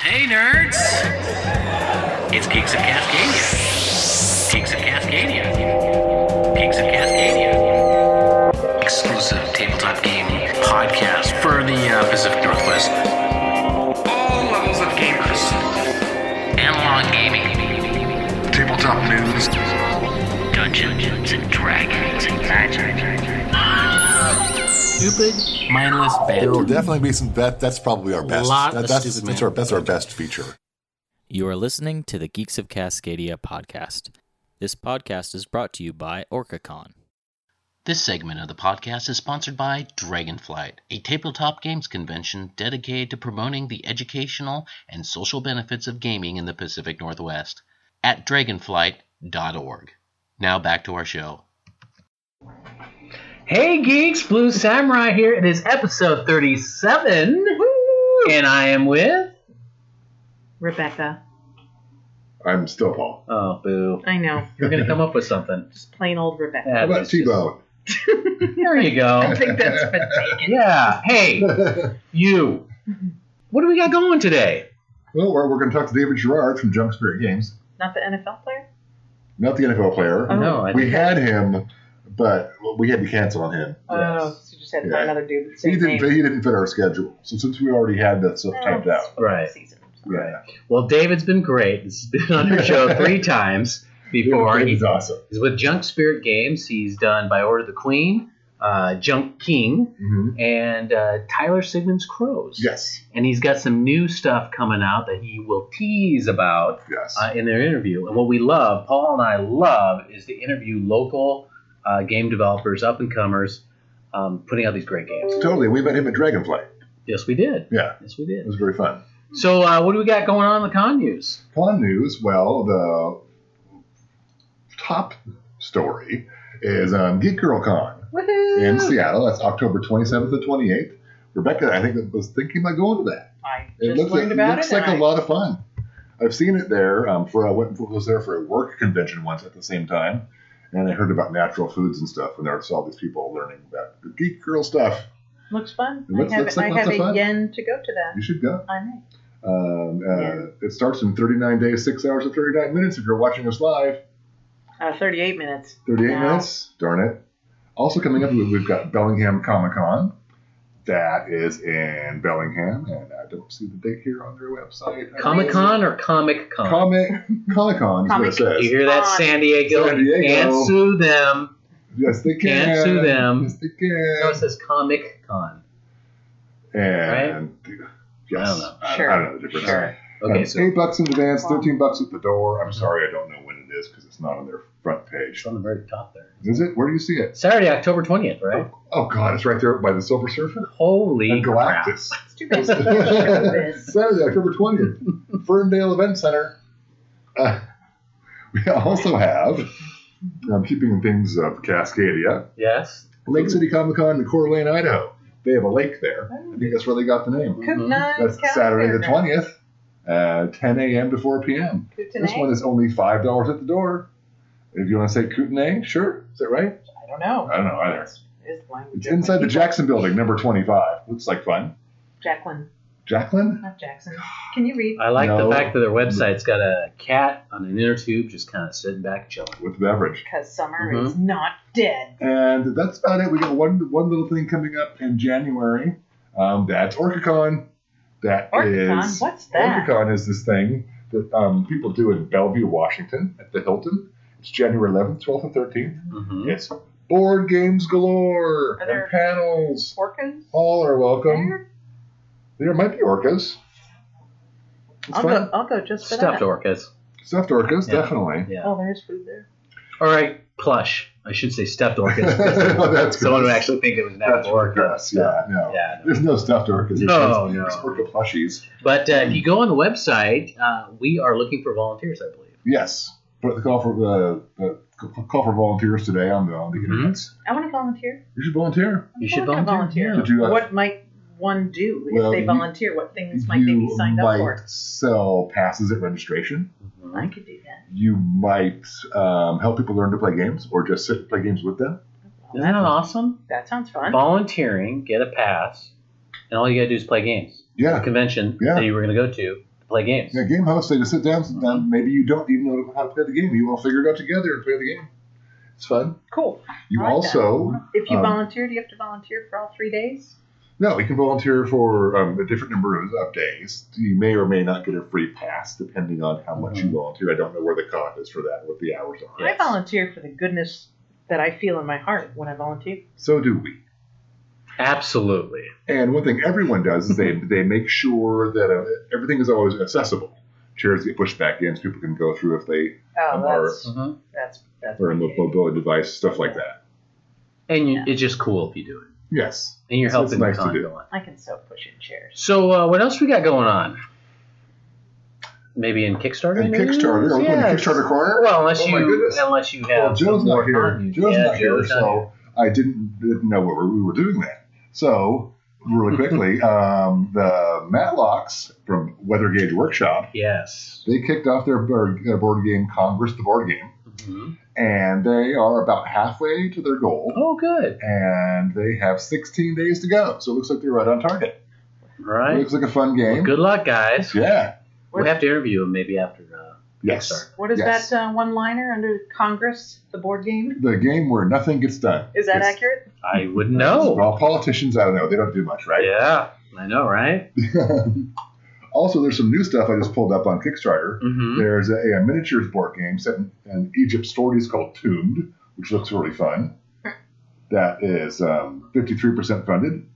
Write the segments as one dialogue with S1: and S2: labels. S1: Hey, nerds! It's Geeks of Cascadia. Geeks of Cascadia. Geeks of Cascadia. Exclusive tabletop game podcast for the uh, Pacific Northwest. All levels of gamers. Analog gaming.
S2: Tabletop news.
S1: Dungeons and Dragons and Magic. Stupid, mindless
S2: There will
S1: banter.
S2: definitely be some. That that's probably our best.
S1: Lot
S2: that,
S1: of
S2: that's
S1: stupid
S2: that's
S1: man.
S2: our that's our best feature.
S3: You are listening to the Geeks of Cascadia podcast. This podcast is brought to you by OrcaCon.
S1: This segment of the podcast is sponsored by Dragonflight, a tabletop games convention dedicated to promoting the educational and social benefits of gaming in the Pacific Northwest at dragonflight.org. Now back to our show.
S4: Hey geeks, Blue Samurai here. It is episode 37. And I am with
S5: Rebecca.
S6: I'm still Paul.
S4: Oh, boo.
S5: I know.
S4: You're going to come up with something.
S5: Just plain old Rebecca.
S4: Yeah,
S6: How about
S4: that's just-
S6: Tebow?
S4: There you go.
S5: I think that's been taken.
S4: Yeah. Hey, you. What do we got going today?
S6: well, we're, we're going to talk to David Gerard from Junk Spirit Games,
S5: Not the NFL player?
S6: not the NFL player.
S5: Oh.
S4: No, I
S6: we had him, but we had to cancel on him.
S5: Oh, so you just had to find
S6: Yeah.
S5: another dude with the
S6: he
S5: same
S6: didn't.
S5: name.
S6: Fit, he didn't fit our schedule. So since we already had that stuff
S5: Oh,
S6: typed
S5: it's
S6: out,
S5: football
S4: Right.
S5: season.
S6: yeah,
S4: Well, David's been great. This has been on our show three times before.
S6: David's
S4: He-
S6: awesome.
S4: He's with Junk Spirit Games. He's done By Order of the Queen, uh, Junk King,
S6: hmm
S4: and uh, Tyler Sigmund's Crows.
S6: Yes,
S4: And he's got some new stuff coming out that he will tease about
S6: yes.
S4: uh, in their interview. And what we love, Paul and I love, is to interview local uh, game developers, up and comers, um, putting out these great games.
S6: totally. We met him at Dragonfly.
S4: Yes, we did.
S6: Yeah,
S4: Yes, we
S6: it
S4: did.
S6: was very fun.
S4: So, uh, what do we got going on in the con news?
S6: Con news. Well, the top story is um, Geek Girl Con.
S5: Woohoo!
S6: in Seattle. That's October 27th and 28th. Rebecca, I think, was thinking about going to that.
S5: I
S6: It
S5: just
S6: looks,
S5: learned
S6: it
S5: about
S6: looks
S5: it.
S6: like
S5: and
S6: a
S5: I-
S6: lot of fun. I've seen it there. Um, for I went was there for a work convention once at the same time, and I heard about natural foods and stuff, and there saw these people learning about the geek girl stuff.
S5: Looks fun.
S6: It looks-
S5: I have,
S6: looks like
S5: I
S6: lots
S5: have
S6: of
S5: a
S6: fun.
S5: yen to go to that.
S6: You should go.
S5: I may.
S6: Um, uh,
S5: Yeah.
S6: It starts in 39 days, six hours and 39 minutes. If you're watching us live,
S5: Uh, 38 minutes.
S6: 38
S5: Wow.
S6: minutes. Darn it. Also coming up, we- we've got Bellingham Comic Con. That is in Bellingham, and I don't see the date here on their website.
S4: Comic Con or Comic Con?
S6: Comic Comic Con is what
S5: Comic-
S6: it says.
S4: you hear that,
S5: Con.
S4: San Diego?
S6: San Diego.
S4: Can't sue them.
S6: Yes, they can.
S4: Can't sue them.
S6: Yes, they
S4: No, it
S6: can.
S4: says Comic Con.
S6: And yes,
S4: I don't know.
S6: I,
S5: Sure.
S6: I don't know the difference.
S5: Sure.
S4: Okay,
S6: Um,
S4: so
S6: eight bucks in advance, thirteen bucks at the door. I'm sorry, I don't know when it is because it's not on their front page.
S4: it's on the very top there.
S6: Is it? Where do you see it?
S4: Saturday, October 20th, right?
S6: Oh God, it's right there by the Silver Surfer
S4: Holy
S6: and
S4: crap.
S6: Galactus.
S5: It's too bad. Showbiz.
S6: Saturday, October 20th, Ferndale Event Center. Uh, we also have, um, keeping in things of Cascadia,
S4: Yes.
S6: Lake City Comic Con in Coeur d'Alene, Idaho. They have a lake there. I think that's where they got the name.
S5: Coop
S4: Mhm.
S5: nine
S6: That's
S5: counts
S6: Saturday the
S5: there.
S6: 20th, uh, 10 a.m. to 4 p.m.
S5: Coop
S6: This one is only $5 at the door. If you want to say Kootenay, sure. Is that right?
S5: I don't know.
S6: I don't know either.
S5: It's language.
S6: Uh, It's inside the Jackson Building, number 25. Looks like fun.
S5: Jacqueline,
S6: Jacqueline?
S5: not Jackson. Can you read?
S4: I like
S6: No.
S4: the fact that their website's got a cat on an inner tube just kind of sitting back chilling.
S6: With beverage.
S5: Because summer
S4: Mhm.
S5: is not dead.
S6: And that's about it. We got one one little thing coming up in January. Um, that's OrcaCon. That
S5: Orcon,
S6: is
S5: what's that?
S6: OrcaCon is this thing that um, people do in Bellevue, Washington, at the Hilton. It's January 11th, 12th, and 13th.
S4: Mm-hmm.
S6: It's board games galore
S5: Are there-
S6: and panels.
S5: Orcas?
S6: All are welcome.
S5: There?
S6: There might be orcas. It's
S5: I'll
S6: fun.
S5: go, I'll go just for
S4: Stuffed
S5: that.
S4: orcas.
S6: Stuffed orcas,
S4: Yeah.
S6: definitely.
S4: Yeah.
S5: Oh, there's food there.
S4: All right, plush. I should say stuffed orcas.
S6: Oh, that's
S4: Someone would
S6: gross.
S4: actually think it was an
S6: That's
S4: actual orca.
S6: orcas. Yeah, no.
S4: Yeah. no.
S6: There's no stuffed orcas.
S4: No,
S6: There's- there's
S4: no.
S6: orca plushies.
S4: But uh, if you go on the website, uh, we are looking for volunteers, I believe.
S6: Yes, put the call for uh, the call for volunteers today on the on the
S4: Mhm.
S6: internet.
S5: I want to volunteer.
S6: You should volunteer.
S4: You
S5: I'm
S4: should
S5: not gonna
S4: volunteer.
S6: Did you, uh,
S5: What might one do if
S6: Well,
S5: they
S6: you-
S5: volunteer? what things might they be
S6: You
S5: signed up
S6: might
S5: for?
S6: sell passes at registration.
S5: I could do that.
S6: You might um, help people learn to play games, or just sit and play games with them.
S4: Isn't that awesome?
S5: That sounds fun.
S4: Volunteering, get a pass, and all you got to do is play games. The
S6: Yeah,
S4: convention
S6: Yeah.
S4: that you were going to go to, play games.
S6: Yeah, game hosts, they just sit down.
S5: Mm-hmm.
S6: sit down. Maybe you don't even know how to play the game. You all figure it out together and play the game. It's fun.
S5: Cool.
S6: You
S5: I like
S6: also,
S5: If you
S6: Um,
S5: volunteer, do you have to volunteer for all three days?
S6: no, you can volunteer for um, a different number of of days. You may or may not get a free pass depending on how much
S4: Mm-hmm.
S6: you volunteer. I don't know where the cost is for that, what the hours are.
S4: Yeah. Yes.
S5: I volunteer for the goodness that I feel in my heart when I volunteer.
S6: So do we.
S4: Absolutely.
S6: And one thing everyone does is they they make sure that uh, everything is always accessible. Chairs get pushed back in so people can go through if they
S5: Oh,
S6: Um,
S5: that's,
S4: Mm-hmm.
S5: that's that's
S6: learn a
S5: my
S6: mo-
S5: gig.
S6: mobility device, stuff like that.
S4: And you,
S5: Yeah.
S4: it's just cool if you do it,
S6: Yes.
S4: and you're
S6: So it's
S4: helping
S6: nice
S4: the
S6: to
S4: con
S6: do.
S4: go on.
S5: I can so push in chairs.
S4: So uh, what else we got going on? Maybe in Kickstarter.
S6: And
S4: news?
S6: Kickstarter, are we going to
S4: Yes.
S6: Kickstarter corner?
S4: Well, unless
S6: Oh
S4: you
S6: my goodness.
S4: unless you have
S6: Well, Joe's
S4: some
S6: not
S4: more
S6: here.
S4: con news.
S6: Joe's
S4: Yeah,
S6: not here,
S4: Joe's not
S6: so I didn't didn't know what we were doing that. So really quickly, um, the Matlocks from Weather Gauge Workshop
S4: here. yes.
S6: they kicked off their board, their board game Congress, the board game,
S4: Mhm.
S6: and they are about halfway to their goal.
S4: Oh, good.
S6: and they have 16 days to go. So it looks like they're right on target.
S4: All right.
S6: It looks like a fun
S4: Well,
S6: game.
S4: good luck, guys.
S6: Yeah.
S4: We have to interview him maybe after. Uh,
S6: Yes.
S4: Kickstarter.
S5: What is
S6: Yes.
S5: that uh, one liner under Congress, the board game?
S6: The game where nothing gets done.
S5: Is that
S6: It's-
S5: accurate?
S4: I wouldn't know.
S6: Well, politicians, I don't know. They don't do much, right?
S4: Yeah, I know, right?
S6: also, there's some new stuff I just pulled up on Kickstarter.
S4: Mm-hmm.
S6: There's a, a miniatures board game set in, in Egypt stories called Tombed, which looks really fun. That is um, 53% funded,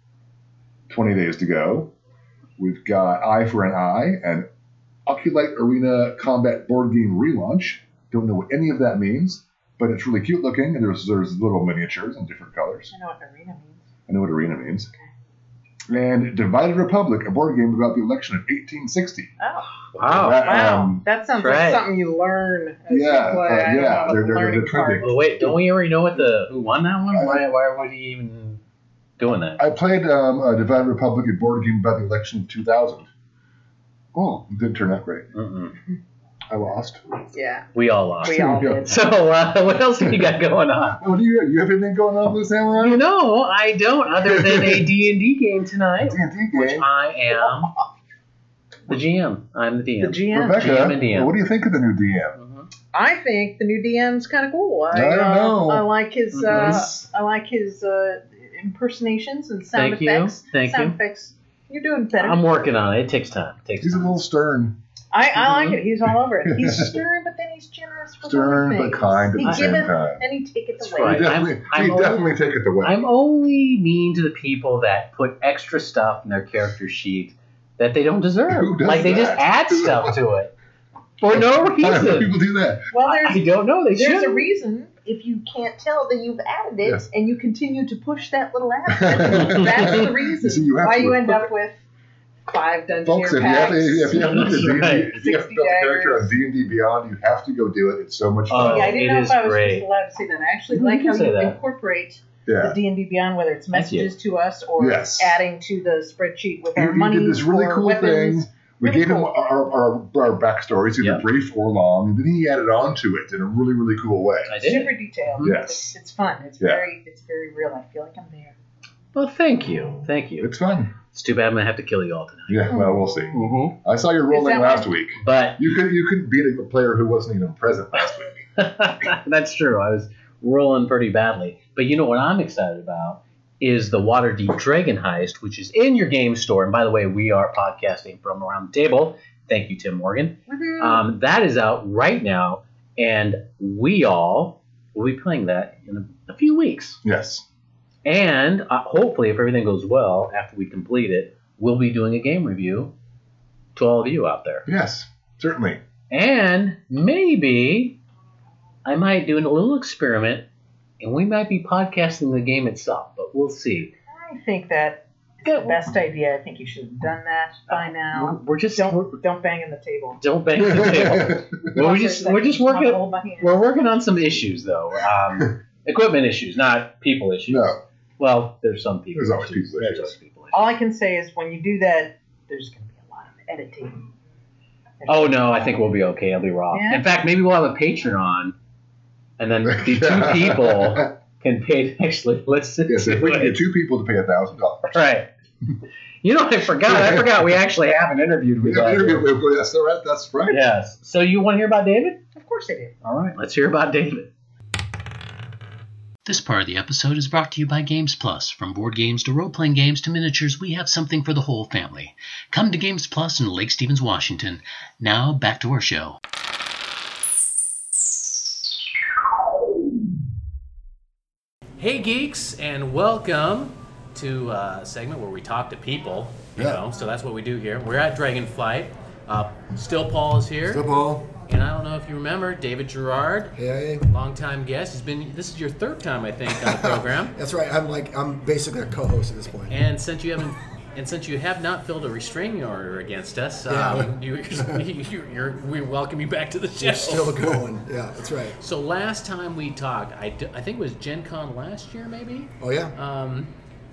S6: 20 days to go. We've got Eye for an Eye and Oculite Arena Combat Board Game Relaunch. Don't know what any of that means, but it's really cute looking, and there's, there's little miniatures in different colors.
S5: I know what arena means.
S6: I know what arena means. And Divided Republic, a board game about the election of 1860.
S5: Oh,
S4: Wow.
S6: That,
S5: wow.
S6: um,
S5: that sounds
S4: right.
S5: like something you learn
S6: Yeah,
S5: as you play.
S6: uh,
S5: I don't
S6: yeah,
S5: know about
S6: they're-
S5: the
S6: they're-
S5: learning
S6: they're trying
S5: part.
S4: Well, wait, don't we already know what the who won that one?
S6: I-
S4: Why, why would he even doing that?
S6: I played um, a Divided Republic at board game about the election of 2000. Oh, it did turn out great.
S4: Mm-mm.
S6: I lost.
S5: Yeah,
S4: We all lost.
S5: we all did.
S4: So uh, what else do you got going on?
S6: What Oh, do you? You have anything going on with the
S4: You
S6: samurai?
S4: know, I don't. Other than a D and D game tonight,
S6: D&D
S4: which
S6: game.
S4: I am the GM. I'm the
S5: The
S4: DM.
S5: GM.
S6: Rebecca,
S4: GM and DM.
S6: what do you think of the new DM?
S4: Mhm.
S5: I think the new DM's kind of cool. I,
S6: I don't
S5: uh,
S6: know.
S5: I like his. Uh,
S6: Yes.
S5: I like his uh, impersonations and sound
S4: Thank you.
S5: effects.
S4: Thank
S5: sound
S4: you.
S5: effects. You're doing better.
S4: I'm working on it. It takes time. It takes
S6: He's a
S4: time.
S6: little stern.
S5: I, I
S4: Mm-hmm.
S5: like it. He's all over it. He's stern, but then he's generous. With
S6: Stern,
S5: other
S6: but
S5: things.
S6: kind at
S5: he
S6: the same
S5: giveth
S6: time.
S5: And he taketh
S4: That's
S5: away.
S4: right. I'm-
S6: He definitely,
S4: I'm
S6: he
S4: only-
S6: definitely take it away.
S4: I'm only mean to the people that put extra stuff in their character sheet that they don't deserve.
S6: Who does
S4: like they just add
S6: that?
S4: stuff to it for no
S6: Why do
S4: reason.
S6: people do that?
S5: Well,
S4: I
S5: there's
S4: don't know. They
S5: there's
S4: should.
S5: a reason if you can't tell that you've added it
S6: Yes.
S5: and you continue to push that little add. that's the reason
S6: So you have
S5: why
S6: to
S5: you end
S6: equip
S5: up with five dungeon
S6: Folks, if you have
S5: packs.
S6: to, if you have to,
S4: That's
S6: if you
S4: right.
S6: have to build a character on
S5: Sixty
S6: D and D Beyond, you have to go do it. It's so much
S4: Oh,
S6: fun.
S5: yeah, I
S4: it
S5: didn't know
S4: is
S5: if I was
S4: great.
S5: just allowed to say that. I actually
S4: You
S5: like
S4: can
S5: how
S4: say
S5: you
S4: that.
S5: incorporate
S6: yeah.
S5: the D and D Beyond, whether it's
S4: Thank you.
S5: messages to us or
S6: Yes.
S5: adding to the spreadsheet with
S6: You-
S5: our
S6: you
S5: money
S6: did this really
S5: or
S6: cool
S5: weapons.
S6: thing. We
S5: Really
S6: gave him
S5: cool.
S6: our, our, our backstories, either
S4: Yeah.
S6: brief or long, and then he added on to it in a really, really cool way.
S4: I did.
S5: Super detailed.
S6: Yes.
S5: It's, it's fun. It's
S6: Yeah.
S5: very it's very real. I feel like I'm there.
S4: Well, thank you, thank you.
S6: It's fun.
S4: It's too bad I'm gonna have to kill you all tonight.
S6: Yeah, well, we'll see.
S4: Mm-hmm.
S6: I saw your
S5: Hmm. Is
S6: rolling
S5: that
S6: last
S5: right?
S6: week.
S4: But
S6: You could you couldn't beat a player who wasn't even present last week.
S4: that's true. I was rolling pretty badly. But you know what I'm excited about is the Waterdeep Dragon Heist, which is in your game store. And by the way, we are podcasting from around the table. Thank you, Tim Morgan.
S5: Woohoo.
S4: Um, that is out right now, and we all will be playing that in a, a few weeks.
S6: Yes.
S4: And uh, hopefully, if everything goes well after we complete it, we'll be doing a game review to all of you out there.
S6: Yes. Certainly.
S4: And maybe I might do a little experiment, and we might be podcasting the game itself, but we'll see.
S5: I think that is the best idea. I think you should have done that
S6: Uh,
S5: by
S4: We're,
S5: now.
S4: we're just we're,
S5: Don't don't bang in the table.
S4: don't bang the table. We're just we're just working.
S5: Hold my hand.
S4: We're working on some issues, though. Um, equipment issues, not people issues.
S6: No.
S4: Well, there's some people.
S6: There's always people
S4: There's
S6: issues.
S4: always people issues.
S5: All I can say is when you do that, there's going to be a lot of editing.
S4: Oh no, I think we'll be okay. I'll be raw.
S5: Yeah?
S4: In fact, maybe we'll have a patron on, and then the two people can pay to actually listen
S6: yes,
S4: to
S6: if we
S4: it.
S6: can get two people to pay a thousand dollars.
S4: Right. You know, I forgot. I forgot we actually haven't interviewed
S6: We
S4: with
S6: have an
S4: that.
S6: interview with- with- That's right. That's right.
S4: Yes. So you want to hear about David?
S5: Of course I do.
S4: All right, let's hear about David.
S7: This part of the episode is brought to you by Games Plus. From board games to role playing games to miniatures, we have something for the whole family. Come to Games Plus in Lake Stevens, Washington. Now, back to our show. Hey, geeks, and welcome to uh, a segment where we talk to people. You
S8: Yeah.
S7: know, so that's what we do here. We're at Dragonflight. Uh, Still Paul is here.
S8: Football.
S7: and I don't know if you remember, David Gerard,
S9: Hey.
S7: longtime guest. He's been, this is your third time, I think, on the program.
S9: That's right. I'm like I'm basically a co-host at this point.
S7: And since you haven't, and since you have not filled a restraining order against us, um, you, you, you're, we welcome you back to the show.
S9: Still going. Yeah, that's right.
S7: so last time we talked, I, d- I think it was Gen Con last year, maybe.
S9: Oh yeah.
S7: Um,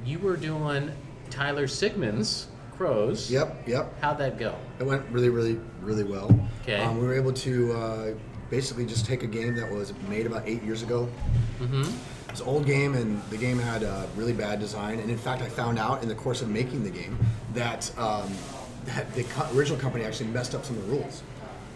S7: you were doing Tyler Sigmund's Crows.
S9: Yep. Yep.
S7: How'd that go?
S9: It went really, really, really well.
S7: 'Kay.
S9: Um, we were able to uh, basically just take a game that was made about eight years ago. Mm-hmm. It's an old game, and the game had a really bad design. And in fact, I found out in the course of making the game that um, that the co- original company actually messed up some of the rules,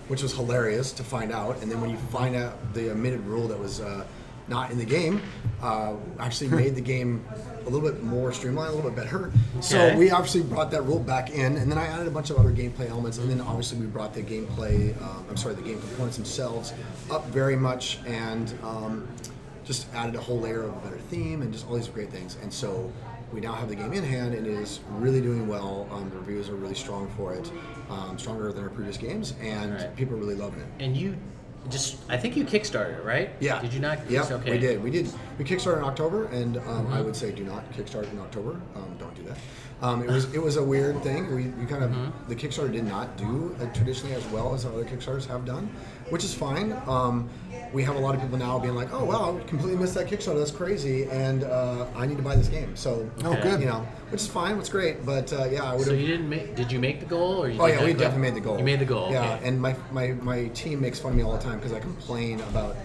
S9: which was hilarious to find out. And then when you find out the omitted rule that was uh, not in the game, uh, actually made the game a little bit more streamlined, a little bit better.
S7: Okay.
S9: So we obviously brought that rule back in, and then I added a bunch of other gameplay elements, and then obviously we brought the gameplay, um, I'm sorry, the game components themselves up very much, and um, just added a whole layer of a better theme, and just all these great things. And so we now have the game in hand, and it is really doing well. Um, the reviews are really strong for it, um, stronger than our previous games, and
S7: Right.
S9: people are really loving it.
S7: And you just, I think you kickstarted it, right?
S9: Yeah.
S7: Did you not?
S9: Yeah,
S7: okay.
S9: we did. We did. We kickstarted in October, and um, I would say do not kickstart in October. Um, don't do that. Um, it was it was a weird thing. We, we kind of
S7: Mm-hmm.
S9: the Kickstarter did not do uh, traditionally as well as other Kickstarters have done, which is fine. Um, we have a lot of people now being like, oh wow, I completely missed that Kickstarter. That's crazy, and uh, I need to buy this game. So
S8: Oh, good.
S9: you know, which is fine. It's great, but uh, yeah, I would
S7: So
S9: have.
S7: you didn't make, did you make the goal? Or you
S9: Oh
S7: did
S9: yeah,
S7: not
S9: we
S7: go-
S9: definitely made the goal.
S7: You made the goal.
S9: Yeah,
S7: okay.
S9: and my, my my team makes fun of me all the time because I complain about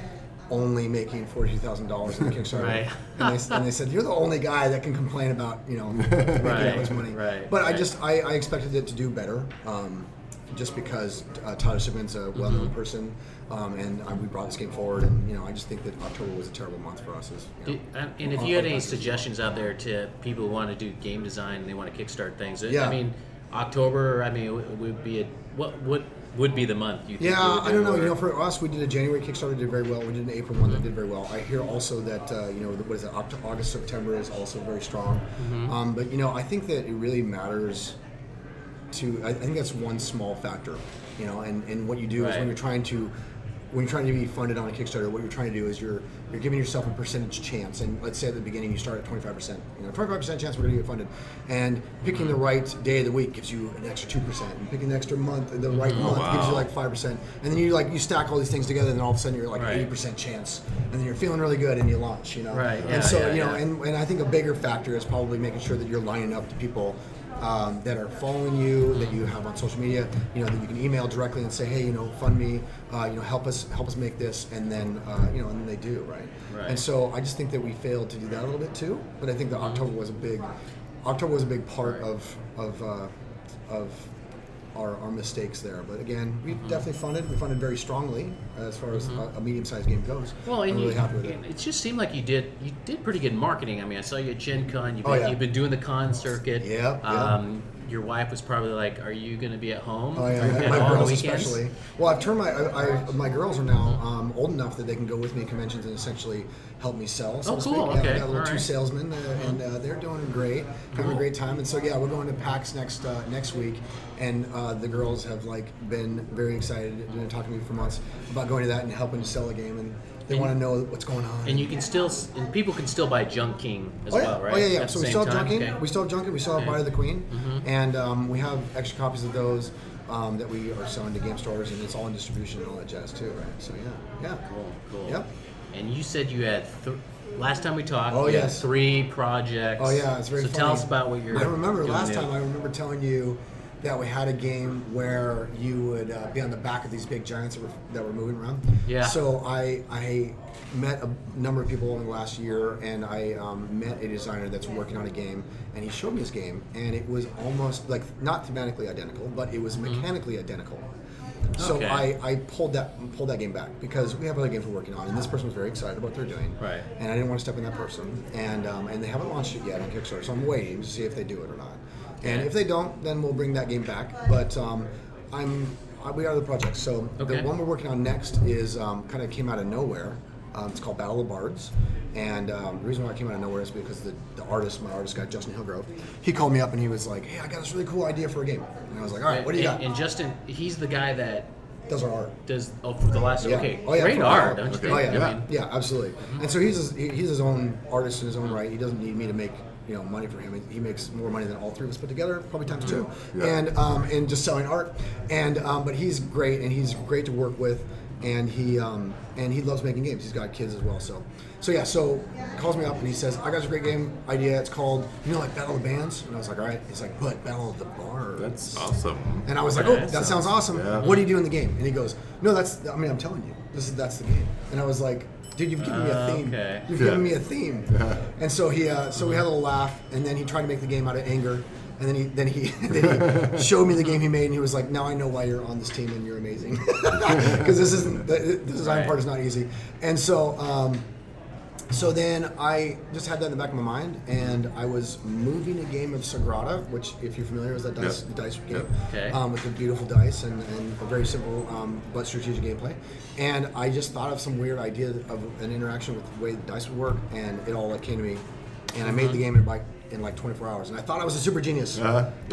S9: only making forty-two thousand dollars in Kickstarter,
S7: Right.
S9: and, they, and they said you're the only guy that can complain about you know making
S7: Right,
S9: that much money.
S7: right,
S9: But
S7: right.
S9: I just I, I expected it to do better, um, just because uh, Tyler Sigmund's a well-known
S7: Mm-hmm.
S9: person, um, and I, we brought this game forward, and you know I just think that October was a terrible month for us. As, you know,
S7: Did- And and if
S9: on-
S7: you had
S9: on
S7: any
S9: purpose.
S7: suggestions out there to people who want to do game design and they want to kickstart things, I- I
S9: Yeah.
S7: mean, October, I mean, w- would be a, what what would be the month you think? you
S9: Yeah,
S7: would
S9: I don't
S7: do,
S9: know. You
S7: or-
S9: know, for us, we did a January Kickstarter, did very well. We did an April one that did very well. I hear also that uh, you know, what is it? Up to August, September is also very strong.
S7: Mm-hmm.
S9: Um, but you know, I think that it really matters to I, I think that's one small factor you know and, and what you do is
S7: Right.
S9: when you're trying to when you're trying to be funded on a Kickstarter, what you're trying to do is you're you're giving yourself a percentage chance. And let's say at the beginning you start at 25%. You know, 25% chance we're going to get funded. And picking the right day of the week gives you an extra 2%. And picking the extra month, the right
S7: Oh,
S9: month gives you like 5%. And then you like you stack all these things together, and then all of a sudden you're like
S7: Right.
S9: 80% chance. And then you're feeling really good, and you launch. You know.
S7: Right, yeah,
S9: and so
S7: yeah,
S9: you know,
S7: yeah.
S9: and, and I think a bigger factor is probably making sure that you're lining up to people um, that are following you, that you have on social media. You know, that you can email directly and say, hey, you know, fund me. Uh, you know, help us help us make this, and then uh, you know, and then they do right.
S7: Right.
S9: And so I just think that we failed to do that a little bit too. But I think that October was a big October was a big part of of uh, of our, our mistakes there. But again, we definitely funded. We funded very strongly as far as a, a medium-sized game goes.
S7: Well, and
S9: I'm
S7: you,
S9: really happy with it.
S7: and it just seemed like you did you did pretty good marketing. I mean, I saw you at Gen Con. You've been,
S9: Oh, yeah.
S7: you've been doing the con circuit.
S9: Yep, yep.
S7: Um, your wife was probably like, "Are you going to be at home?
S9: Oh
S7: Are you
S9: yeah,
S7: at
S9: my
S7: all the
S9: girls
S7: weekends?"
S9: especially. Well, I've turned my I, I, my girls are now um, old enough that they can go with me to conventions and essentially help me sell. So
S7: Oh,
S9: to
S7: cool,
S9: speak. Yeah,
S7: okay,
S9: I got
S7: all
S9: little two
S7: right. Uh-huh.
S9: salesmen, uh, and uh, they're doing great, having a great time. And so yeah, we're going to PAX next uh, next week, and uh, the girls have like been very excited and been talking to me for months about going to that and helping to sell a game, and they
S7: And-
S9: want to know what's going on.
S7: And you can still, s- and people can still buy Junk King as
S9: Oh yeah,
S7: well, right?
S9: oh yeah, yeah.
S7: At the
S9: So we
S7: same
S9: still have
S7: time?
S9: Junkin,
S7: Okay. Mm-hmm.
S9: we still have Junkin, we still have Bite of the Queen, and um, we have extra copies of those um, that we are selling to game stores, and it's all in distribution and all that jazz too, right? So yeah, yeah.
S7: Cool, cool.
S9: Yep.
S7: And you said you had th- last time we talked.
S9: Oh,
S7: you had
S9: yes.
S7: three projects.
S9: Oh yeah, it's very.
S7: So
S9: funny.
S7: tell us about what you're.
S9: I remember
S7: doing
S9: last
S7: new.
S9: time. I remember telling you that we had a game where you would uh, be on the back of these big giants that were, that were moving around.
S4: Yeah.
S9: So I I met a number of people in the last year, and I um, met a designer that's working on a game, and he showed me his game, and it was almost like not thematically identical, but it was
S7: Mm-hmm.
S9: mechanically identical. So
S3: Okay.
S9: I, I pulled that pulled that game back because we have other games we're working on, and this person was very excited about what they're doing.
S3: Right.
S9: And I didn't want to step in that person, and um, and they haven't launched it yet on Kickstarter, so I'm waiting to see if they do it or not. And if they don't, then we'll bring that game back. But um, I'm I, we got other projects. So
S3: Okay.
S9: the one we're working on next is um, kind of came out of nowhere. Um, it's called Battle of the Bards. And um, the reason why it came out of nowhere is because the, the artist, my artist guy, Justin Hillgrove, he called me up and he was like, hey, I got this really cool idea for a game. And I was like, all right, what do you
S7: and,
S9: got?
S7: and Justin, he's the guy that
S9: Does our art.
S7: does oh for the last
S9: Yeah.
S7: okay
S9: Oh, yeah,
S7: great
S9: for
S7: art,
S9: sure.
S7: don't you think?
S9: Oh, yeah,
S7: I
S9: yeah,
S7: mean, Mm-hmm.
S9: yeah, absolutely. And so he's his, he- he's his own artist in his own right. He doesn't need me to make you know money for him. He makes more money than all three of us put together, probably times two.
S6: Yeah.
S9: And um, and just selling art. And um, but he's great, and he's great to work with. And he um, and he loves making games. He's got kids as well, so so yeah. So he calls me up and he says, "I got this great game idea. It's called you know like Battle of the Bands." And I was like, "All right." He's like, "But Battle of the Bards."
S10: That's awesome.
S9: And I was like, "Oh, that sounds awesome.
S6: Yeah.
S9: What do you do in the game?" And he goes, "No, that's. I mean, I'm telling you, this is that's the game." And I was like, "Dude, you've given me a theme.
S7: okay.
S9: You've
S6: Yeah.
S9: given me a theme." And so he, uh, so we had a little laugh, and then he tried to make the game out of anger, and then he, then he, then he showed me the game he made, and he was like, "Now I know why you're on this team, and you're amazing, because this isn't the, the design part is not easy." And so. Um, so then I just had that in the back of my mind, and I was moving a game of Sagrada, which, if you're familiar, is that dice,
S10: Yeah.
S9: dice game
S7: Okay.
S9: um, with the beautiful dice and, and a very simple um, but strategic gameplay. And I just thought of some weird idea of an interaction with the way the dice would work, and it all like, came to me. And I made
S7: Uh-huh.
S9: the game in like in like 24 hours, and I thought I was a super genius.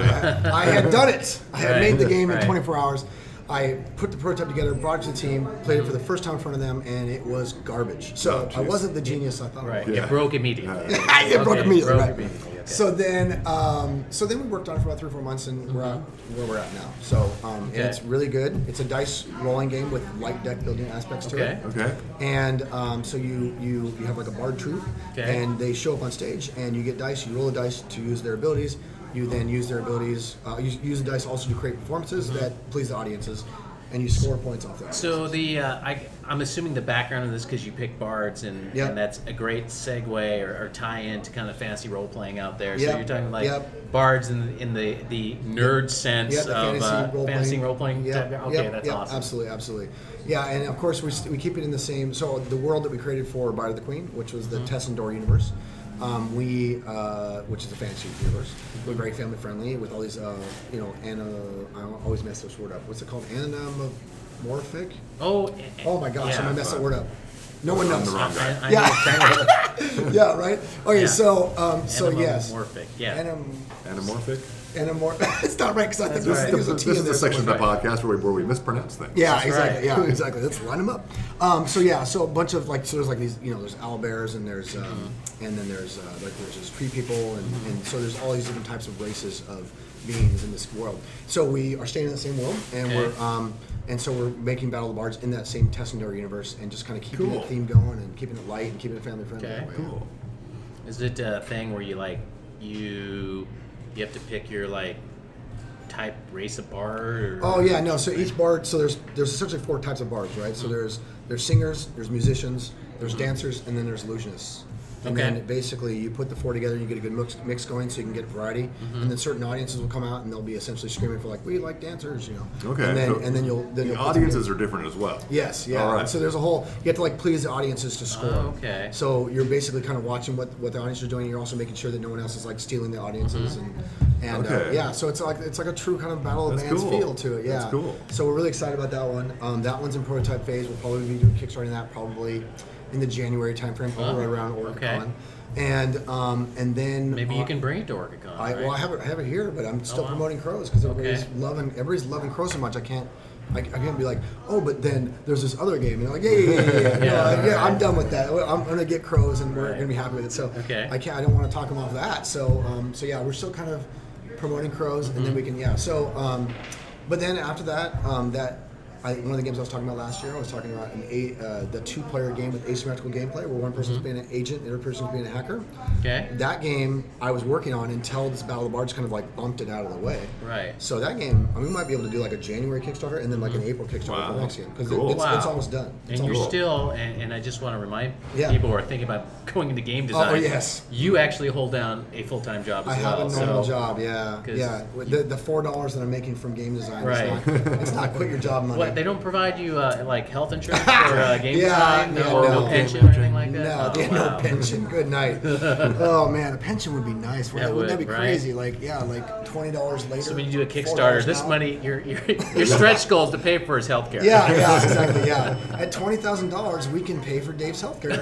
S9: I had done it. I had
S7: Right.
S9: made the game
S7: Right.
S9: in 24 hours. I put the prototype together, brought it to the team, played it for the first time in front of them, and it was garbage. So I wasn't the genius I thought. I
S7: right
S9: was.
S7: it broke immediately
S9: it broke
S7: Okay,
S9: immediately.
S7: broke
S9: right.
S7: immediately, okay.
S9: So then, um, so then we worked on it for about three or four months, and we're at where we're at now. So um, and
S7: Okay.
S9: it's really good. It's a dice rolling game with light deck building aspects to
S7: Okay.
S9: it.
S10: Okay.
S9: And um, so you, you you have like a bard troop,
S7: Okay.
S9: and they show up on stage, and you get dice. You roll the dice to use their abilities. You then use their abilities. Uh, you use the dice also to create performances that please the audiences, and you score points off that.
S7: Mm-hmm. So the uh, I, I'm assuming the background of this because you pick bards and,
S9: Yep.
S7: and that's a great segue or, or tie in to kind of fantasy role playing out there. So
S9: Yep,
S7: you're talking like
S9: yep.
S7: bards in in the the nerd sense
S9: Yeah,
S7: of
S9: the
S7: uh,
S9: fantasy role
S7: fantasy
S9: playing.
S7: role playing.
S9: Yep,
S7: type- Okay,
S9: yep,
S7: that's
S9: yep,
S7: awesome.
S9: Absolutely, absolutely. Yeah, and of course we, st- we keep it in the same. So the world that we created for Bite of the Queen, which was the
S7: Mm-hmm.
S9: Tessendor universe, um, we uh, which is a fantasy universe, we're very family friendly with all these uh, you know ana. I always mess this word up. What's it called? Anamorphic.
S7: Oh, eh,
S9: Oh my gosh,
S7: Yeah.
S9: I'm gonna mess that word up. No one knows.
S7: I, I
S9: Yeah.
S7: know exactly.
S9: yeah, right. Okay,
S7: Yeah.
S9: so um, so yes,
S7: Anamorphic, yeah.
S9: Anam,
S10: Anamorphic.
S9: anamor- it's not right because I
S10: This
S9: think
S10: is the,
S9: there's, I think there's a T
S10: this
S9: in
S10: is the
S9: there
S10: section of the
S9: somewhere.
S10: podcast where we, where we mispronounce things.
S9: Yeah,
S7: That's
S9: exactly.
S7: right.
S9: Yeah, exactly. Let's line them up. Um, so yeah, so a bunch of like, so there's like these, you know, there's owlbears and there's, um,
S7: Mm-hmm.
S9: and then there's uh, like there's just tree people and, and so there's all these different types of races of beings in this world. So we are staying in that same world and
S7: Okay.
S9: we're, um, and so we're making Battle of the Bards in that same Tessendor universe and just kind of keeping
S10: Cool.
S9: the theme going and keeping it light and keeping it family friendly.
S7: Okay.
S9: that way.
S10: Cool.
S7: Is it a thing where you like you you have to pick your like type race of bard? Or,
S9: Oh yeah, no. So each bard, so there's there's essentially four types of bards, right?
S10: Mm-hmm.
S9: So there's there's singers, there's musicians, there's dancers, and then there's illusionists. And
S7: Okay.
S9: then basically you put the four together and you get a good mix, mix going so you can get variety.
S10: Mm-hmm.
S9: And then certain audiences will come out and they'll be essentially screaming for like we like dancers, you know.
S10: Okay.
S9: And then
S10: so
S9: and then you'll then
S10: the
S9: you'll put
S10: audiences
S9: together-
S10: are different as well.
S9: Yes, yeah.
S10: All right.
S9: And so there's a whole you have to like please the audiences to score.
S7: Oh, okay.
S9: So you're basically kind of watching what, what the audience is doing. You're also making sure that no one else is like stealing the audiences
S7: Mm-hmm.
S9: and and uh,
S10: Okay.
S9: yeah. So it's like it's like a true kind of battle of
S10: That's
S9: bands
S10: cool.
S9: feel to it. Yeah.
S10: That's cool.
S9: So we're really excited about that one. Um, that one's in prototype phase. We'll probably be doing kickstarting that probably in the January timeframe, probably right around
S7: Oh,
S9: OrcaCon.
S7: okay.
S9: And um, and then
S7: Maybe you
S9: uh,
S7: can bring it to OrcaCon.
S9: I, well, I
S7: right? Oh,
S9: have it. I have it here, but I'm still
S7: wow.
S9: promoting crows because everybody's
S7: Okay.
S9: loving. Everybody's loving crows so much. I can't. I, I can't be like, oh, but then there's this other game, and they're like, yeah, yeah, yeah, yeah, yeah.
S7: Yeah,
S9: yeah, no, yeah
S7: right.
S9: I'm done with that. I'm gonna get crows, and we're
S7: Right.
S9: gonna be happy with it. So
S7: Okay.
S9: I can't. I don't want to talk them off that. So, um, so yeah, we're still kind
S7: Mm-hmm.
S9: of promoting crows, and then we can, yeah. So, um, but then after that, um, that I, one of the games I was talking about last year, I was talking about an eight, uh, the two-player game with asymmetrical gameplay, where one person's
S7: Mm-hmm.
S9: being an agent, the other person's being a hacker.
S7: Okay.
S9: That game I was working on until this Battle of the Bards kind of like bumped it out of the way.
S7: Right. Mm-hmm.
S9: So that game, I mean, we might be able to do like a January Kickstarter and then like an April Kickstarter for
S10: Wow.
S9: the next game because
S10: Cool.
S9: it's, it's
S7: Wow.
S9: almost done. It's
S7: And you're
S9: almost
S7: still, and, and I just want to remind
S9: Yeah. Oh,
S7: people who are thinking about going into game design.
S9: yes.
S7: You actually hold down a full time job
S9: I
S7: as
S9: have
S7: well.
S9: a normal
S7: so
S9: job, yeah,
S7: 'cause
S9: yeah. With The, the four dollars that I'm making from game design,
S7: Right.
S9: it's, not, it's not quit your job money.
S7: What they don't provide you uh, like health insurance or uh, game
S9: Yeah,
S7: design,
S9: yeah,
S7: no, no,
S9: no.
S7: pension or anything like that.
S9: No,
S7: Oh,
S9: they had
S7: wow.
S9: no pension. Good night. oh man, a pension would be nice.
S7: That
S9: Wouldn't that, wouldn't
S7: would,
S9: that be
S7: right?
S9: crazy? Like yeah, like twenty dollars later.
S7: So when you do a
S9: $4
S7: Kickstarter, this
S9: now.
S7: money, your your, your stretch goal is to pay for his health care.
S9: Yeah, yeah, exactly. Yeah, at twenty thousand dollars, we can pay for Dave's healthcare.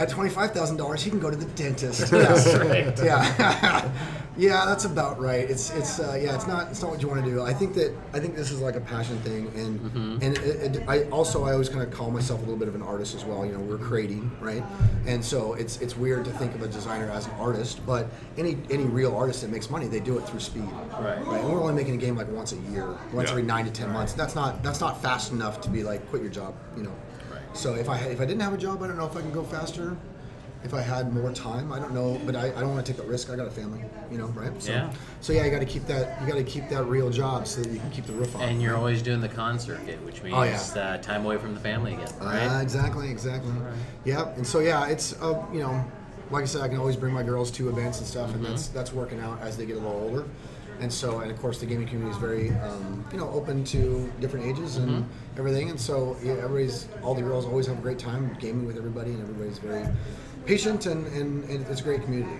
S9: at twenty five thousand dollars, he can go to the dentist. Yeah.
S7: That's right.
S9: Yeah, yeah, that's about right. It's it's uh, yeah, it's not it's not what you want to do. I think that I think this is like a passion thing, and
S7: Mm-hmm.
S9: and it, it, I also I always kind of call myself a little bit of an artist as well. You know, we're creating, right? And so it's it's weird to think of a designer as an artist, but any any real artist that makes money, they do it through speed,
S7: Right.
S9: And we're only making a game like once a year, once
S10: Yeah.
S9: every nine to ten months. That's not that's not fast enough to be like quit your job, you know.
S7: Right.
S9: So if I if I didn't have a job, I don't know if I can go faster. If I had more time, I don't know, but I, I don't want to take that risk. I got a family, you know, right? So,
S7: Yeah.
S9: So yeah, you got to keep that you got to keep that real job so that you can keep the roof on.
S7: And you're always doing the con circuit, which means
S9: Oh, yeah.
S7: uh, time away from the family again, right?
S9: Uh, exactly, exactly. Yep. And so yeah, it's uh, you know, like I said, I can always bring my girls to events and stuff, and
S7: Mm-hmm.
S9: that's that's working out as they get a little older. And so, and of course, the gaming community is very, um, you know, open to different ages and
S7: Mm-hmm.
S9: everything. And so, yeah, everybody's all the girls always have a great time gaming with everybody, and everybody's very patient, and, and, and it's a great community.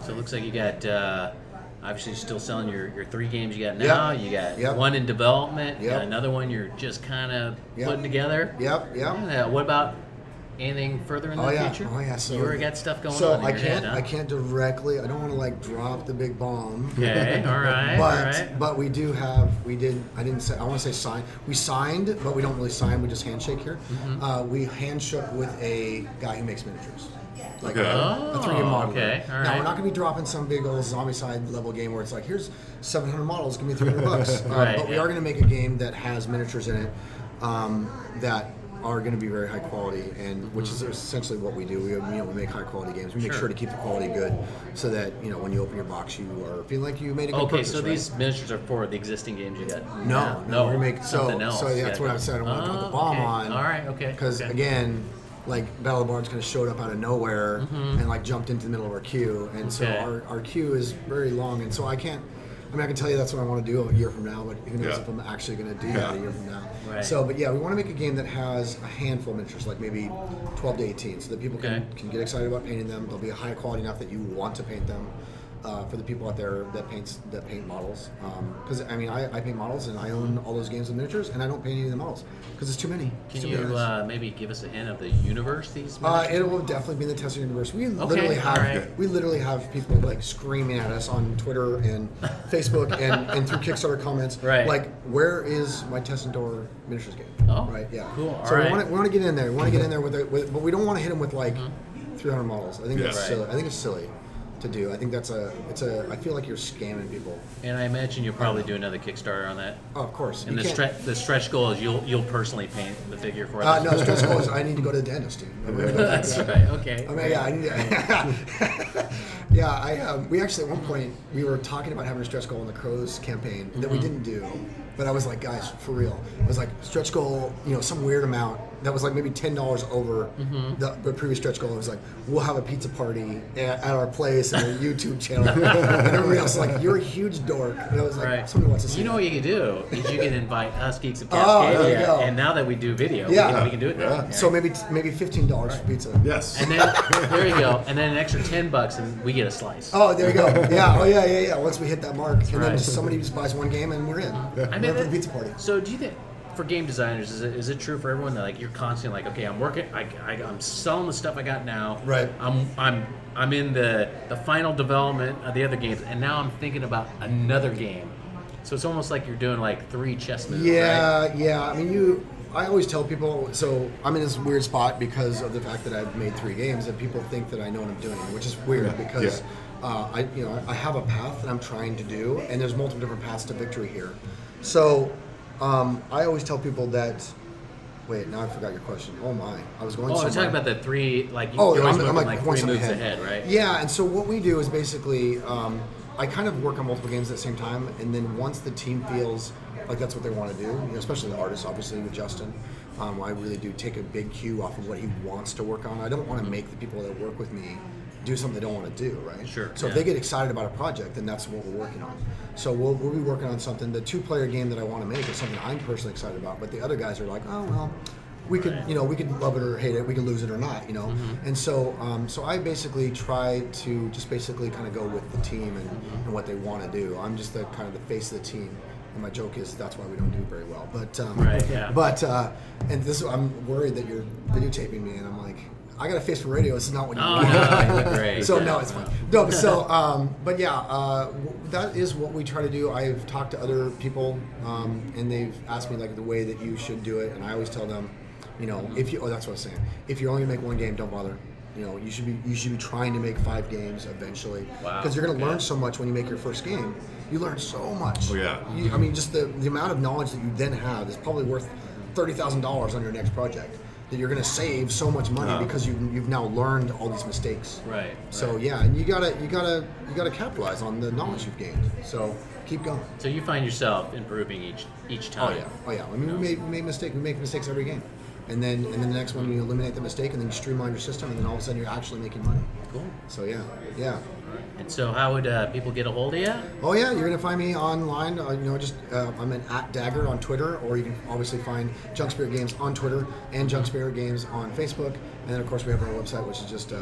S7: So it looks like you got uh, obviously you're still selling your, your three games you got now. You got
S9: Yep.
S7: one in development. You got
S9: Yep.
S7: another one you're just kind of
S9: Yep.
S7: putting together.
S9: Yep, yep.
S7: Yeah, what about anything further in the
S9: Oh yeah,
S7: future?
S9: oh yeah. So
S7: you already got stuff going
S9: so
S7: on. in
S9: I
S7: your
S9: can't,
S7: head, huh?
S9: I can't directly. I don't want to like drop the big bomb.
S7: Okay, all right,
S9: but
S7: all right.
S9: but we do have we did I didn't say I want to say sign we signed but we don't really sign we just handshake here.
S7: Mm-hmm.
S9: Uh, we handshook with a guy who makes miniatures. Like
S10: Okay.
S9: a, a 3D
S7: Oh,
S9: model.
S7: okay, all
S9: Now
S7: right.
S9: we're not going to be dropping some big old zombie side level game where it's like here's 700 models, give me 300 bucks. Uh,
S7: Right,
S9: but we
S7: yeah.
S9: are going to make a game that has miniatures in it um, that are going to be very high quality and which is essentially what we do. We, you know, we make high quality games. We make
S7: Mm-hmm. Sure.
S9: sure to keep the quality good so that you know when you open your box you are feeling like you made a good
S7: okay,
S9: purchase,
S7: so
S9: right?
S7: these miniatures are for the existing games you got.
S9: No,
S7: Yeah,
S9: no, we're gonna make so
S7: something else.
S9: so yeah, that's
S7: Yeah.
S9: what I said. I don't want to put
S7: Oh,
S9: the bomb
S7: okay.
S9: on.
S7: All right, okay,
S9: Because
S7: okay.
S9: again, like Battle of the Bards kind of showed up out of nowhere and like jumped into the middle of our queue, and so
S7: Mm-hmm. Okay.
S9: our, our queue is very long, and so I can't. I mean, I can tell you that's what I want to do a year from now, but who knows
S10: Yeah.
S9: if I'm actually going to do that a
S10: Yeah.
S9: year from now.
S7: Right.
S9: So, but yeah, we want to make a game that has a handful of miniatures, like maybe 12 to 18, so that people
S7: Okay.
S9: can, can get excited about painting them. They'll be high quality enough that you want to paint them. Uh, for the people out there that paints that paint models, because I mean I, I paint models and I own all those games with miniatures and I don't paint any of the models because it's too many. It's
S7: Can
S9: too many
S7: you
S9: of those.
S7: uh, maybe give us a hint of the universe these
S9: Uh,
S7: miniatures?
S9: it will definitely be in the Tesla universe. We literally have
S7: alright.
S9: we literally have people like screaming at us on Twitter and Facebook and, and through Kickstarter comments.
S7: Right.
S9: Like, where is my Tessendor miniatures game?
S7: Oh,
S9: right. Yeah.
S7: cool,
S9: So
S7: alright.
S9: we want to we want to get in there. We want to get in there with, it, with but we don't want to hit them with like
S7: Mm-hmm.
S9: 300 models. I think
S10: Yeah.
S9: that's
S10: Right.
S9: silly. I think it's silly to do. I think that's a it's a I feel like you're scamming people.
S7: and I imagine
S9: uh,
S7: you'll probably do another Kickstarter on that.
S9: Oh, of course.
S7: And
S9: you
S7: the
S9: can't-
S7: stretch, the stretch goal is you'll you'll personally paint the figure for
S9: Uh,
S7: us.
S9: no, stress goal is I need to go to the dentist, dude. I'm gonna go to the
S7: That's
S9: dentist.
S7: right. Okay.
S9: I mean, yeah, I need yeah, I um, we actually at one point we were talking about having a stretch goal in the Crows campaign that we
S7: Mm-hmm.
S9: didn't do, but I was like, guys, for real, I was like stretch goal, you know, some weird amount that was like maybe ten dollars over
S7: Mm-hmm.
S9: the, the previous stretch goal. It was like we'll have a pizza party at, at our place and a YouTube channel, and everybody else was like you're a huge dork, and I was like,
S7: Right.
S9: somebody wants to see.
S7: You know
S9: that."
S7: what you can do is you can invite us geeks of
S9: Oh, there you
S7: Cascadia,
S9: go.
S7: and now that we do video,
S9: Yeah.
S7: we, can, we can do it. Now.
S10: Yeah.
S9: So maybe maybe fifteen dollars for pizza.
S10: Yes.
S7: And then there you go, and then an extra ten bucks, and we get a slice.
S9: Oh, there you go. Yeah. Oh, yeah, yeah, yeah. Once we hit that mark, and
S7: right.
S9: then just somebody just buys one game, and we're in.
S7: I
S9: We're
S7: mean,
S9: for the
S7: that-
S9: pizza party.
S7: So do you think? For game designers, is it, is it true for everyone that like you're constantly like, okay, I'm working, I, I, I'm selling the stuff I got now.
S9: Right.
S7: I'm I'm I'm in the the final development of the other games, and now I'm thinking about another game. So it's almost like you're doing like three chess moves. right?
S9: Yeah, yeah. I mean, you. I always tell people. So I'm in this weird spot because of the fact that I've made three games, and people think that I know what I'm doing, which is weird because uh, I, you know, I have a path that I'm trying to do, and there's multiple different paths to victory here. So Um, I always tell people that. Wait, now I forgot your question. Oh my, I was going.
S7: Oh, I was
S9: somewhere.
S7: talking about the three, like, you
S9: Oh,
S7: you're
S9: I'm,
S7: always
S9: I'm
S7: moving
S9: like,
S7: like
S9: one
S7: three
S9: step
S7: moves
S9: ahead.
S7: ahead, right?
S9: Yeah, and so what we do is basically, um, I kind of work on multiple games at the same time, and then once the team feels like that's what they want to do, you know, especially the artist, obviously with Justin, um, I really do take a big cue off of what he wants to work on. I don't want to make the people that work with me do something they don't want to do, right?
S7: Sure,
S9: So if
S7: yeah.
S9: they get excited about a project, then that's what we're working on. So we'll, we'll be working on something. The two-player game that I want to make is something I'm personally excited about, but the other guys are like, oh well, we could, you know, we could love it or hate it, we could lose it or not, you know.
S7: Mm-hmm.
S9: And so, um, so I basically try to just basically kind of go with the team and, and what they want to do. I'm just the kind of the face of the team. And my joke is that's why we don't do very well. But um,
S7: Right, yeah.
S9: But uh, and this I'm worried that you're videotaping me, and I'm like. I got a face for radio. This is not what you
S7: Oh,
S9: want.
S7: no, you look great.
S9: So
S7: Yeah,
S9: no, it's
S7: wow.
S9: fine. No, but so, um, but yeah, uh, w- that is what we try to do. I've talked to other people, um, and they've asked me like the way that you should do it, and I always tell them, you know, if you, oh, that's what I was saying. If you're only gonna make one game, don't bother. You know, you should be you should be trying to make five games eventually,
S7: Wow.
S9: because you're gonna
S7: Yeah.
S9: learn so much when you make your first game. You learn so much.
S10: Oh, yeah.
S9: You, I mean, just the, the amount of knowledge that you then have is probably worth thirty thousand dollars on your next project. That you're gonna save so much money because you you've now learned all these mistakes.
S7: Right,
S9: So
S7: right.
S9: yeah, and you gotta you gotta you gotta capitalize on the knowledge you've gained. So keep going.
S7: So you find yourself improving each each
S9: Oh
S7: time.
S9: yeah, oh yeah. I mean, we made, we made mistakes. We make mistakes every game, and then and then the next one you eliminate the mistake, and then you streamline your system, and then all of a sudden you're actually making money.
S7: Cool.
S9: So yeah, yeah.
S7: And so how would uh, people get a hold of you?
S9: Oh yeah, you're gonna find me online. Uh, you know, just uh, I'm an at Dagger on Twitter, or you can obviously find Junk Spirit Games on Twitter and Junk Spirit Games on Facebook, and then of course we have our website, which is just uh,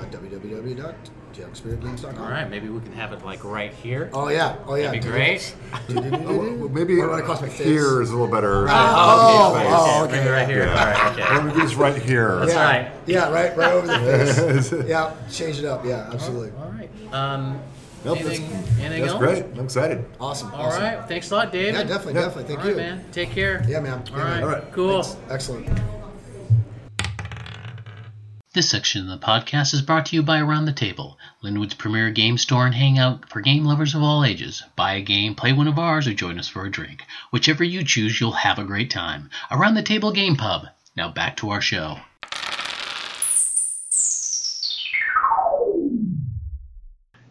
S9: www.junkspiritgames.com.
S7: All right, maybe we can have it like right here.
S9: Oh yeah, oh yeah.
S7: That'd be great.
S10: Well, maybe
S9: What about across my face?
S10: here is a little better.
S9: Oh,
S7: okay,
S9: oh,
S7: okay,
S9: okay,
S7: right here.
S10: yeah.
S7: All right, okay.
S10: Or maybe it's right here.
S9: yeah.
S7: right.
S9: Yeah, right, right over the face.
S10: Is it-
S9: Yeah, change it up. Yeah, absolutely.
S7: All right. Um,
S10: Nope, that's-
S7: anything anything
S10: That's
S7: else?
S10: great. I'm excited.
S9: Awesome.
S7: All
S9: awesome.
S7: right. Thanks a lot, David.
S9: Yeah, definitely,
S10: Yeah.
S9: definitely. Thank
S7: All right,
S9: you.
S7: man. Take care.
S9: Yeah, man.
S7: All
S9: yeah,
S7: right.
S9: man.
S10: All right,
S7: Cool.
S9: Excellent.
S1: This section of the podcast is brought to you by Around the Table, Linwood's premier game store and hangout for game lovers of all ages. Buy a game, play one of ours, or join us for a drink. Whichever you choose, you'll have a great time. Around the Table Game Pub. Now back to our show.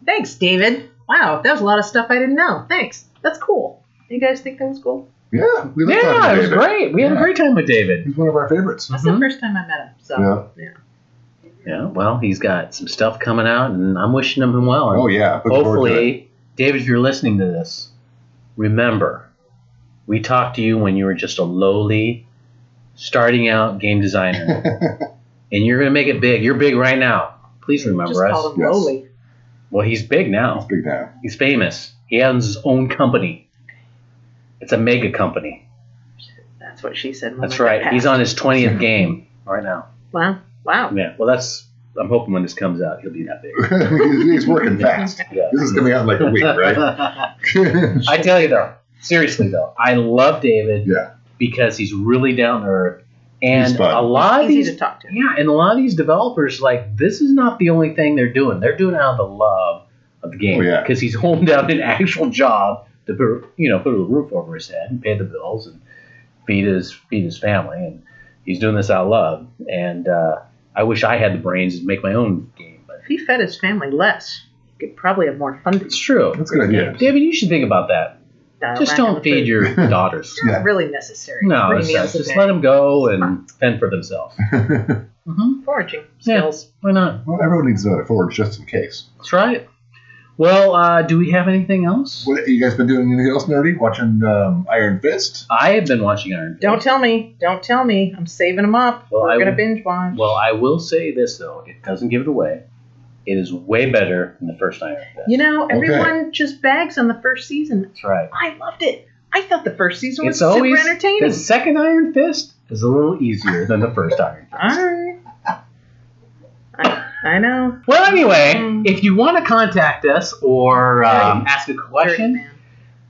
S5: Thanks, David. Wow, that was a lot of stuff I didn't know. Thanks. That's cool. You guys think that was cool?
S6: Yeah, we love talking
S4: Yeah,
S6: to
S4: it was
S6: David.
S4: great. We had a
S6: Yeah.
S4: great time with David.
S6: He's one of our favorites.
S5: That's
S4: Mm-hmm.
S5: the first time I met him. So yeah.
S4: Yeah, well, he's got some stuff coming out, and I'm wishing him well.
S6: Oh, yeah. Looking forward to it.
S4: Hopefully, David, if you're listening to this, remember, we talked to you when you were just a lowly, starting out game designer, and you're going to make it big. You're big right now. Please remember
S5: Just
S4: us.
S5: call him
S6: Yes.
S5: lowly.
S4: Well, he's big now.
S6: Big time.
S4: He's famous. He owns his own company. It's a mega company.
S5: That's what she said. when
S4: That's
S5: we got
S4: right. He's
S5: past.
S4: on his 20th game right now.
S5: Wow. Wow.
S4: Yeah. Well, that's. I'm hoping when this comes out, he'll be that big.
S6: He's working fast.
S4: Yeah.
S6: This is coming out in like a week, right?
S4: I tell you though, seriously though, I love David
S6: yeah.
S4: because he's really down to earth, and
S6: He's fun.
S4: a lot of
S5: Easy
S4: these,
S5: to talk to.
S4: yeah, and a lot of these developers like this is not the only thing they're doing. They're doing it out of the love of the game
S6: Oh, yeah.
S4: because he's honed down an actual job to put, you know put a roof over his head and pay the bills and feed his feed his family, and he's doing this out of love. And uh, I wish I had the brains to make my own game, but
S5: If he fed his family less, he could probably have more fun.
S4: it's true.
S6: That's a good idea.
S4: David, you should think about that. Just don't feed your daughters.
S5: Not really necessary.
S4: No,
S5: Three
S4: it's
S5: meals a
S4: just
S5: day.
S4: let them go and fend for themselves.
S5: foraging
S4: Yeah,
S5: skills.
S4: why not?
S6: Well, everyone needs another forward just in case.
S4: That's right. Well, uh, do we have anything else?
S6: What you guys been doing? Anything else nerdy? Watching um, Iron Fist?
S4: I have been watching Iron. Fist.
S5: Don't tell me. Don't tell me. I'm saving them up.
S4: Well,
S5: We're
S4: I
S5: gonna
S4: will-
S5: binge watch.
S4: Well, I will say this though, it doesn't give it away. It is way better than the first Iron Fist.
S5: you know, everyone just bags on the first season.
S4: That's right.
S5: I loved it. I thought the first season was
S4: It's
S5: super
S4: always
S5: entertaining.
S4: the second Iron Fist is a little easier than the first Iron. Fist.
S5: All right. I, I know.
S4: Well, anyway,
S5: Mm.
S4: if you want to contact us or um,
S5: Dirty.
S4: ask a
S5: Dirty
S4: question,
S5: man.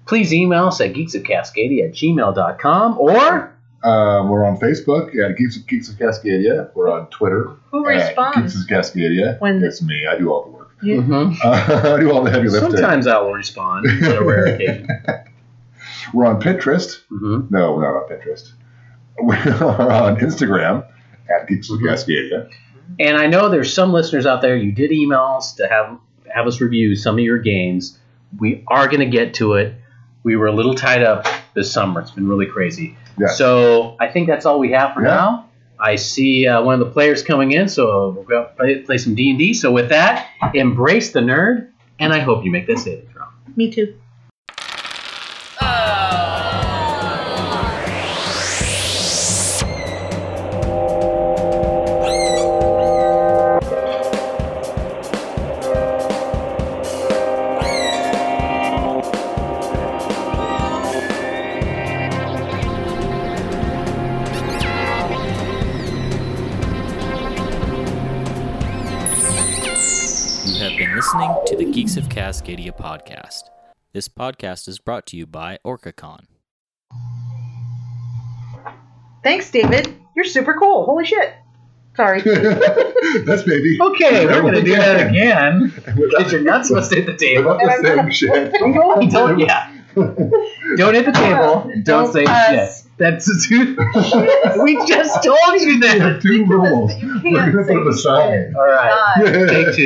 S4: please email us at geeksofcascadia at gmail.com or
S6: Uh, we're on Facebook at Geeks of, Geeks of Cascadia. We're on Twitter.
S5: Who
S6: at
S5: responds?
S6: Geeks of Cascadia.
S5: When-
S6: it's me. I do all the work.
S5: You-
S6: Uh, I do all the heavy lifting.
S4: Sometimes I will respond on a rare occasion.
S6: We're on Pinterest.
S4: Mhm.
S6: No, we're not on Pinterest. We're on Instagram at Geeks of
S4: Mm-hmm.
S6: Cascadia.
S4: And I know there's some listeners out there. You did email us to have have us review some of your games. We are going to get to it. We were a little tied up this summer. It's been really crazy.
S6: Yes.
S4: So I think that's all we have for
S6: Yeah.
S4: now. I see uh, one of the players coming in, so we'll go play, play some D and D. So with that, embrace the nerd, and I hope you make that saving throw.
S5: Me too.
S3: You have been listening to the Geeks of Cascadia podcast. This podcast is brought to you by OrcaCon.
S5: Thanks, David. You're super cool. Holy shit. Sorry.
S6: That's maybe.
S4: Okay, we're
S6: That
S4: going to
S6: was
S4: do that
S6: again.
S4: again.
S6: Without-
S4: Because you're not supposed to hit the table.
S6: without the same shit.
S4: Don't, don't, yeah. don't hit the table and don't,
S5: Don't
S4: say
S5: cuss.
S4: shit. That's a dude. we just told you
S6: We
S4: that.
S6: have two rules.
S5: You
S6: We're going
S5: can't
S6: to
S5: say
S6: put them aside.
S4: All right.
S5: God.
S4: Take two.